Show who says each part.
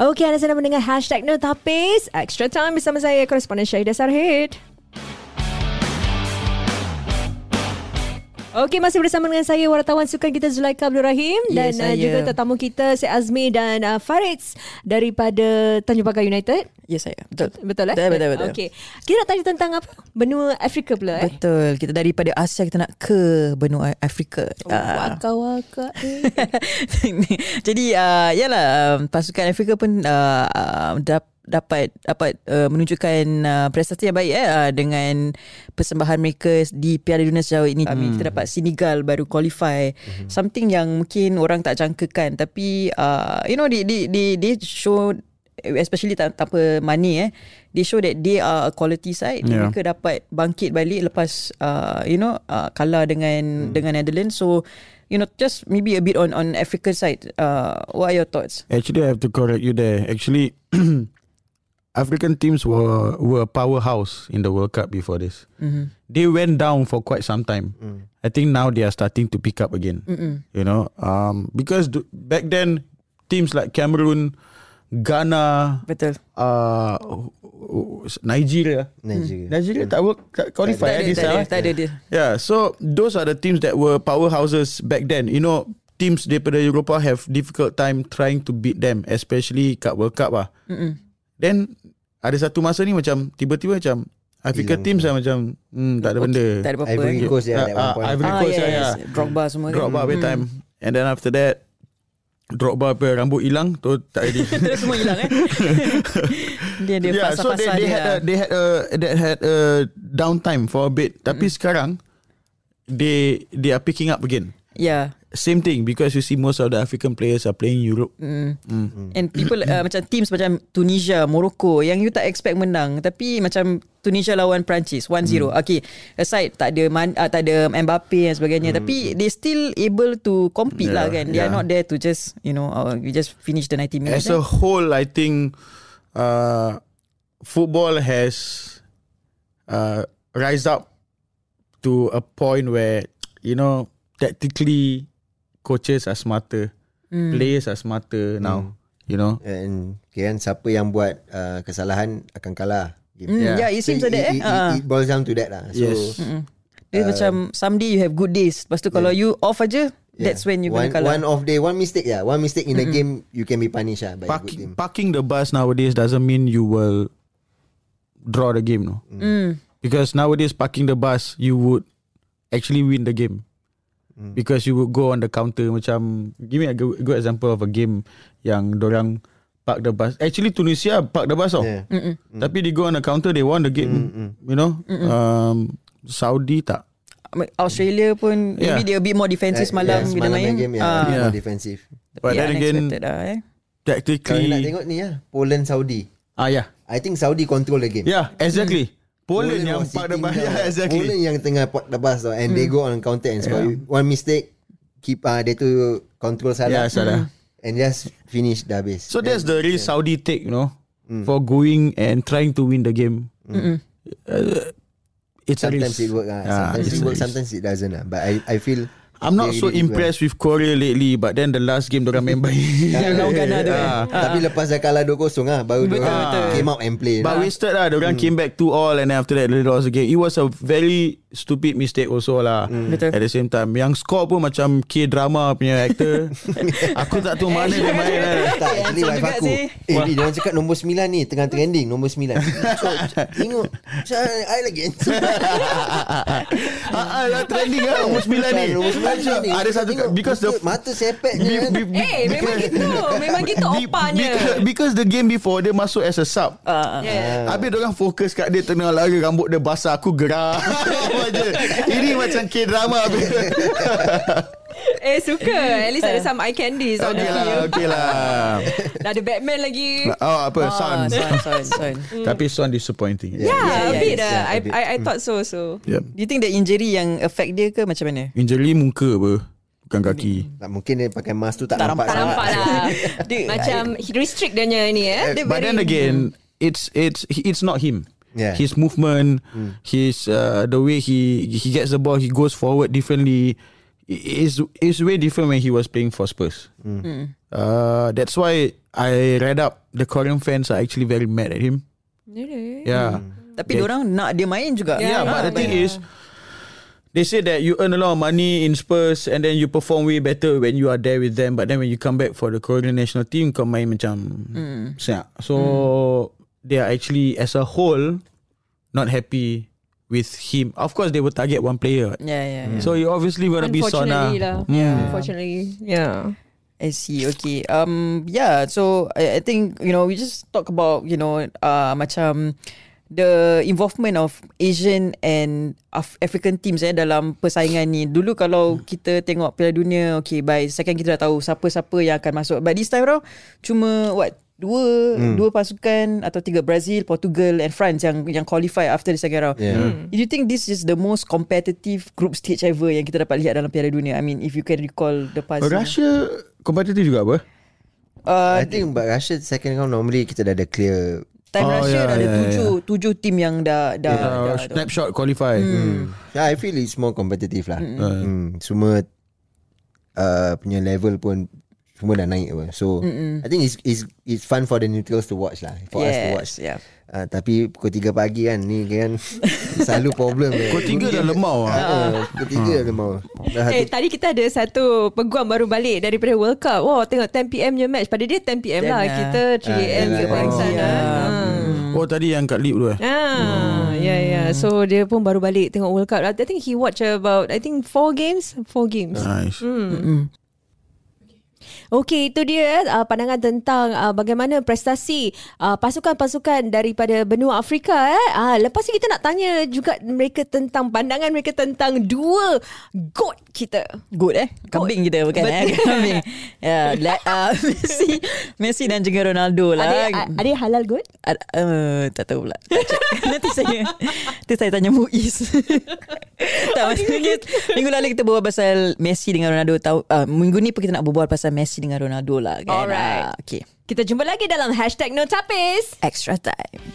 Speaker 1: Okey, anda sedang mendengar hashtag No Tapis. Extra Time bersama saya, koresponden Syahidah Sarhid. Okey, masih bersama dengan saya wartawan sukan kita Zulaika Abdul Rahim dan
Speaker 2: Ya,
Speaker 1: uh,
Speaker 2: saya.
Speaker 1: juga tetamu kita Syed Azmi dan uh, Farid daripada Tanjung Pagar United.
Speaker 2: Ya saya Betul
Speaker 1: Betul eh?
Speaker 2: Betul betul, betul.
Speaker 1: Okey. Kita nak tanya tentang apa? Benua Afrika pula eh.
Speaker 2: Betul Kita daripada Asia Kita nak ke Benua Afrika Ah.
Speaker 1: Waka-waka eh.
Speaker 2: Jadi uh, Yalah um, Pasukan Afrika pun uh, uh, dap- dapat dapat uh, menunjukkan uh, prestasi yang baik eh uh, dengan persembahan mereka di Piala Dunia sejauh ini. Hmm. Kita dapat Senegal baru qualify. Hmm. Something yang mungkin orang tak jangkakan tapi uh, you know they they they, they show especially tan- tanpa money eh they show that they are a quality side yeah.
Speaker 3: Yeah.
Speaker 2: mereka dapat bangkit balik lepas uh, you know uh, kalah dengan hmm. dengan Netherlands so you know just maybe a bit on on African side uh, what are your thoughts
Speaker 3: Actually, I have to correct you there. Actually, African teams were were a powerhouse in the World Cup before this.
Speaker 2: mm-hmm.
Speaker 3: They went down for quite some time.
Speaker 4: Mm.
Speaker 3: I think now they are starting to pick up again.
Speaker 2: Mm-mm.
Speaker 3: You know, um, because th- back then teams like Cameroon, Ghana,
Speaker 2: betul
Speaker 3: uh, Nigeria,
Speaker 2: Hmm.
Speaker 4: Nigeria.
Speaker 3: Nigeria tak work tak qualify
Speaker 2: tak
Speaker 3: eh,
Speaker 2: ada,
Speaker 3: this
Speaker 2: tak ada,
Speaker 3: time.
Speaker 2: tak ada dia
Speaker 3: Yeah, so those are the teams that were powerhouses back then. You know, teams daripada Europa have difficult time trying to beat them, especially kat World Cup lah.
Speaker 2: Mm-mm.
Speaker 3: Then ada satu masa ni macam tiba-tiba macam Africa
Speaker 4: Hilang.
Speaker 3: teams lah macam hmm, tak ada benda.
Speaker 2: tak ada apa-apa eh?
Speaker 4: Ivory Coast yeah,
Speaker 3: Ah,
Speaker 4: that
Speaker 3: ah,
Speaker 4: one point.
Speaker 3: Ivory
Speaker 2: ah,
Speaker 3: Coast
Speaker 2: yes,
Speaker 3: yeah,
Speaker 2: yes.
Speaker 3: yeah.
Speaker 2: Drogba semua kan?
Speaker 3: Drogba every lah time. And then after that Drogba apa rambut hilang tu tak jadi.
Speaker 2: Terus semua hilang eh Dia ada
Speaker 3: yeah, so they,
Speaker 2: fasa-fasa
Speaker 3: they
Speaker 2: dia lah.
Speaker 3: had a, they had a that had a downtime for a bit. Tapi sekarang they they are picking up again.
Speaker 2: Yeah
Speaker 3: Same thing because you see most of the African players are playing Europe.
Speaker 2: Mm. And people uh, macam teams macam Tunisia, Morocco yang you tak expect menang tapi macam Tunisia lawan Perancis 1-0. Okay, aside tak ada man, uh, tak ada Mbappe dan sebagainya tapi they still able to compete
Speaker 3: Yeah,
Speaker 2: lah kan. They are
Speaker 3: yeah.
Speaker 2: not there to just you know uh, you just finish the 90 minutes.
Speaker 3: As a whole, I think uh, football has uh, rise up to a point where you know tactically coaches are smarter, players are smarter now. You know,
Speaker 4: And kira kan siapa yang buat uh, kesalahan akan kalah. Game.
Speaker 2: Mm, yeah. yeah, it seems like that, eh.
Speaker 4: It, it,
Speaker 2: Ah.
Speaker 4: it boils down to that lah. So,
Speaker 3: Yes.
Speaker 2: Dia Eh, macam someday you have good days. Lepas tu kalau you off aja
Speaker 4: yeah.
Speaker 2: that's when you
Speaker 4: one,
Speaker 2: gonna kalah.
Speaker 4: One off day, one mistake yeah. One mistake in a game, you can be punished lah by a good
Speaker 3: parking
Speaker 4: team.
Speaker 3: parking the bus nowadays doesn't mean you will draw the game, no.
Speaker 4: Mm.
Speaker 2: Mm.
Speaker 3: Because nowadays parking the bus, you would actually win the game.
Speaker 4: Mm.
Speaker 3: Because you would go on the counter macam give me a good, good example of a game yang dorang park the bus. Actually Tunisia park the
Speaker 2: Mm,
Speaker 3: bus tau.
Speaker 4: Yeah. Mm.
Speaker 3: Tapi they go on the counter they won the game. You know? Um Saudi tak.
Speaker 2: Australia pun yeah.
Speaker 3: Yeah.
Speaker 2: maybe they a bit more defensive semalam
Speaker 4: yeah,
Speaker 2: bila
Speaker 4: Eh, semalam
Speaker 2: main.
Speaker 4: main game, yeah,
Speaker 2: Ah,
Speaker 4: uh,
Speaker 3: Yeah.
Speaker 4: more defensive.
Speaker 3: But
Speaker 2: yeah,
Speaker 3: then again,
Speaker 2: unexpected lah, eh.
Speaker 4: Kalau nak
Speaker 3: tactically
Speaker 4: tengok ni lah, Poland Saudi.
Speaker 3: ah yeah.
Speaker 4: I think Saudi control the game.
Speaker 3: Yeah, exactly. Poland, yang
Speaker 4: was
Speaker 3: park the
Speaker 4: Mm. sitting
Speaker 3: bus.
Speaker 4: down.
Speaker 3: Yeah, exactly. Hmm.
Speaker 4: Poland yang tengah park the bus tau, and they go on counter and score. One mistake, keep uh, dia tu control salah. Hmm.
Speaker 3: Yeah, salah.
Speaker 4: And just finish dah habis.
Speaker 3: So that's the real Saudi take, you know,
Speaker 4: Mm.
Speaker 3: for going and trying to win the game. Uh, it's
Speaker 4: sometimes
Speaker 3: a
Speaker 4: it
Speaker 3: risk.
Speaker 4: work lah.
Speaker 3: Ah,
Speaker 4: Sometimes
Speaker 3: it's
Speaker 4: it
Speaker 3: a
Speaker 4: work,
Speaker 3: risk.
Speaker 4: sometimes it doesn't lah. But I I feel
Speaker 3: I'm not
Speaker 4: they
Speaker 3: so
Speaker 4: really do well.
Speaker 3: impressed with Korea lately, but then the last game dorang main baik.
Speaker 2: Yang lawan Ghana tu kan.
Speaker 3: Ah.
Speaker 4: Tapi lepas dah kalah 2-0 lah Baru dia
Speaker 2: Betul,
Speaker 4: orang
Speaker 2: betul.
Speaker 4: came out and play
Speaker 3: But
Speaker 4: lah.
Speaker 3: wasted lah Diorang came back to all And then after that They lost the game It was a very Stupid mistake also lah
Speaker 4: Mm.
Speaker 2: Betul.
Speaker 3: At the same time Yang score pun macam K-drama punya actor Aku tak tahu mana dia main lah.
Speaker 4: tak, actually
Speaker 2: handsome
Speaker 4: wife
Speaker 2: juga
Speaker 4: aku
Speaker 2: sih.
Speaker 4: Eh, ni dia orang cakap nombor 9 ni Tengah trending Nombor 9 so, Tengok Macam I lagi handsome
Speaker 3: Ah, ah, dah Trending lah Nombor 9 ni
Speaker 4: Nombor 9 ni
Speaker 3: Ada satu
Speaker 4: Tengok
Speaker 3: Because the
Speaker 4: muka- Mata sepet je
Speaker 3: be- be- be-
Speaker 1: Eh, memang
Speaker 3: because-
Speaker 1: gitu. Memang gitu
Speaker 3: Be-
Speaker 1: opanya.
Speaker 3: Because, because the game before dia masuk as a sub.
Speaker 2: Ah,
Speaker 1: Yeah.
Speaker 3: Habis orang fokus kat dia tengah lari rambut dia basah aku gerak. Apa je. Ini macam K-drama habis.
Speaker 1: Eh, suka. At least ada some eye candies. on the
Speaker 3: Okey lah,
Speaker 1: field.
Speaker 3: okey lah.
Speaker 1: Dah ada Batman lagi.
Speaker 3: Oh, apa
Speaker 2: ah,
Speaker 3: Sun.
Speaker 2: Sun, Sun, Sun.
Speaker 3: Tapi Sun disappointing.
Speaker 4: Ya,
Speaker 1: Yeah, a
Speaker 2: yeah,
Speaker 1: bit
Speaker 2: yes,
Speaker 1: lah.
Speaker 4: yeah, a
Speaker 1: I,
Speaker 4: bit.
Speaker 1: I, I thought so so.
Speaker 3: Yep.
Speaker 2: Do you think the injury yang affect dia ke macam mana?
Speaker 3: Injury muka apa? Bukan kaki.
Speaker 4: Tak, Mungkin dia pakai mask tu Tak,
Speaker 2: Tak
Speaker 4: nampak,
Speaker 1: Tak
Speaker 4: sangat.
Speaker 1: nampak lah. Macam restrict dia punya ni eh. Dia
Speaker 3: But
Speaker 1: very-
Speaker 3: then again, it's it's it's not him.
Speaker 4: Yeah.
Speaker 3: His movement, his uh, the way he he gets the ball, he goes forward differently. is is way different when he was playing for Spurs. Uh, that's why I read up the Korean fans are actually very mad at him.
Speaker 1: Really?
Speaker 3: Yeah.
Speaker 2: Tapi
Speaker 3: They-
Speaker 2: yeah. orang nak dia main juga.
Speaker 3: Yeah, but the thing is, they say that you earn a lot of money in Spurs and then you perform way better when you are there with them. But then when you come back for the Korean national team, kau main macam senyap. So they are actually as a whole not happy with him. Of course, they will target one player. what.
Speaker 2: Yeah, yeah. yeah.
Speaker 3: So you obviously gonna be Sona.
Speaker 1: Unfortunately lah.
Speaker 3: Mm.
Speaker 1: Unfortunately. Yeah.
Speaker 2: I see. Okay. Um. Yeah. So I, I think you know we just talk about you know uh macam the involvement of Asian and Af- African teams eh dalam persaingan ni. Dulu
Speaker 3: Hmm.
Speaker 2: kalau kita tengok Piala Dunia, okay, by second kita dah tahu siapa-siapa yang akan masuk. But this time round cuma what dua
Speaker 3: Hmm.
Speaker 2: dua pasukan atau tiga Brazil, Portugal and France yang yang qualify after the second round.
Speaker 1: Hmm.
Speaker 4: Yeah.
Speaker 2: Do you think this is the most competitive group stage ever yang kita dapat lihat dalam Piala Dunia? I mean, if you can recall the past.
Speaker 3: Oh, Russia competitive juga apa?
Speaker 2: Uh,
Speaker 4: I think but Russia second round normally kita dah ada clear
Speaker 2: Time
Speaker 3: Oh,
Speaker 2: oh, Russia
Speaker 3: yeah,
Speaker 2: yeah, ada
Speaker 3: yeah,
Speaker 2: tujuh yeah. tujuh tim yang dah dah, yeah,
Speaker 3: Uh,
Speaker 2: dah, dah.
Speaker 3: snapshot qualify.
Speaker 4: Yeah, I feel it's more competitive lah. Mm. Mm. Semua uh, punya level pun semua dah naik apa. So Mm-mm. I think it's it's it's fun for the neutrals to watch lah. For us to
Speaker 2: Yes,
Speaker 4: watch.
Speaker 2: yeah.
Speaker 4: Uh, tapi pukul 3 pagi kan ni kan selalu problem.
Speaker 3: Pukul tiga dah lemau ah.
Speaker 4: Uh, pukul 3 dah lemau. Dah
Speaker 1: Eh,
Speaker 4: hati
Speaker 1: tadi kita ada satu peguam baru balik daripada World Cup. Wow, tengok 10 PM punya match. Pada dia 10 PM lah.
Speaker 2: Then, ah,
Speaker 1: Kita 3 AM
Speaker 4: ah,
Speaker 1: ke balik sana.
Speaker 3: Oh tadi yang kat Lip tu eh.
Speaker 1: Ah, ya ya. So dia pun baru balik tengok World Cup. I think he watch about I think four games, four games.
Speaker 3: Nice.
Speaker 1: Okey, itu dia uh, pandangan tentang uh, bagaimana prestasi uh, pasukan-pasukan daripada benua Afrika. Eh. Uh, lepas ni kita nak tanya juga mereka tentang pandangan mereka tentang dua GOAT kita.
Speaker 2: Good eh Kambing kita bukan eh Kambing yeah, like, uh, Messi Messi dan juga Ronaldo
Speaker 1: Ada,
Speaker 2: lah
Speaker 1: a- ada halal GOAT?
Speaker 2: Ad, uh, tak tahu pula Tak check. Nanti saya Nanti saya tanya Muiz Tak maksudnya Minggu lalu kita berbual pasal Messi dengan Ronaldo tahu, uh, Minggu ni pun kita nak berbual pasal Messi dengan Ronaldo lah kan?
Speaker 1: Alright.
Speaker 2: Ah, Okay
Speaker 1: Kita jumpa lagi dalam hashtag No Tapis.
Speaker 2: Extra time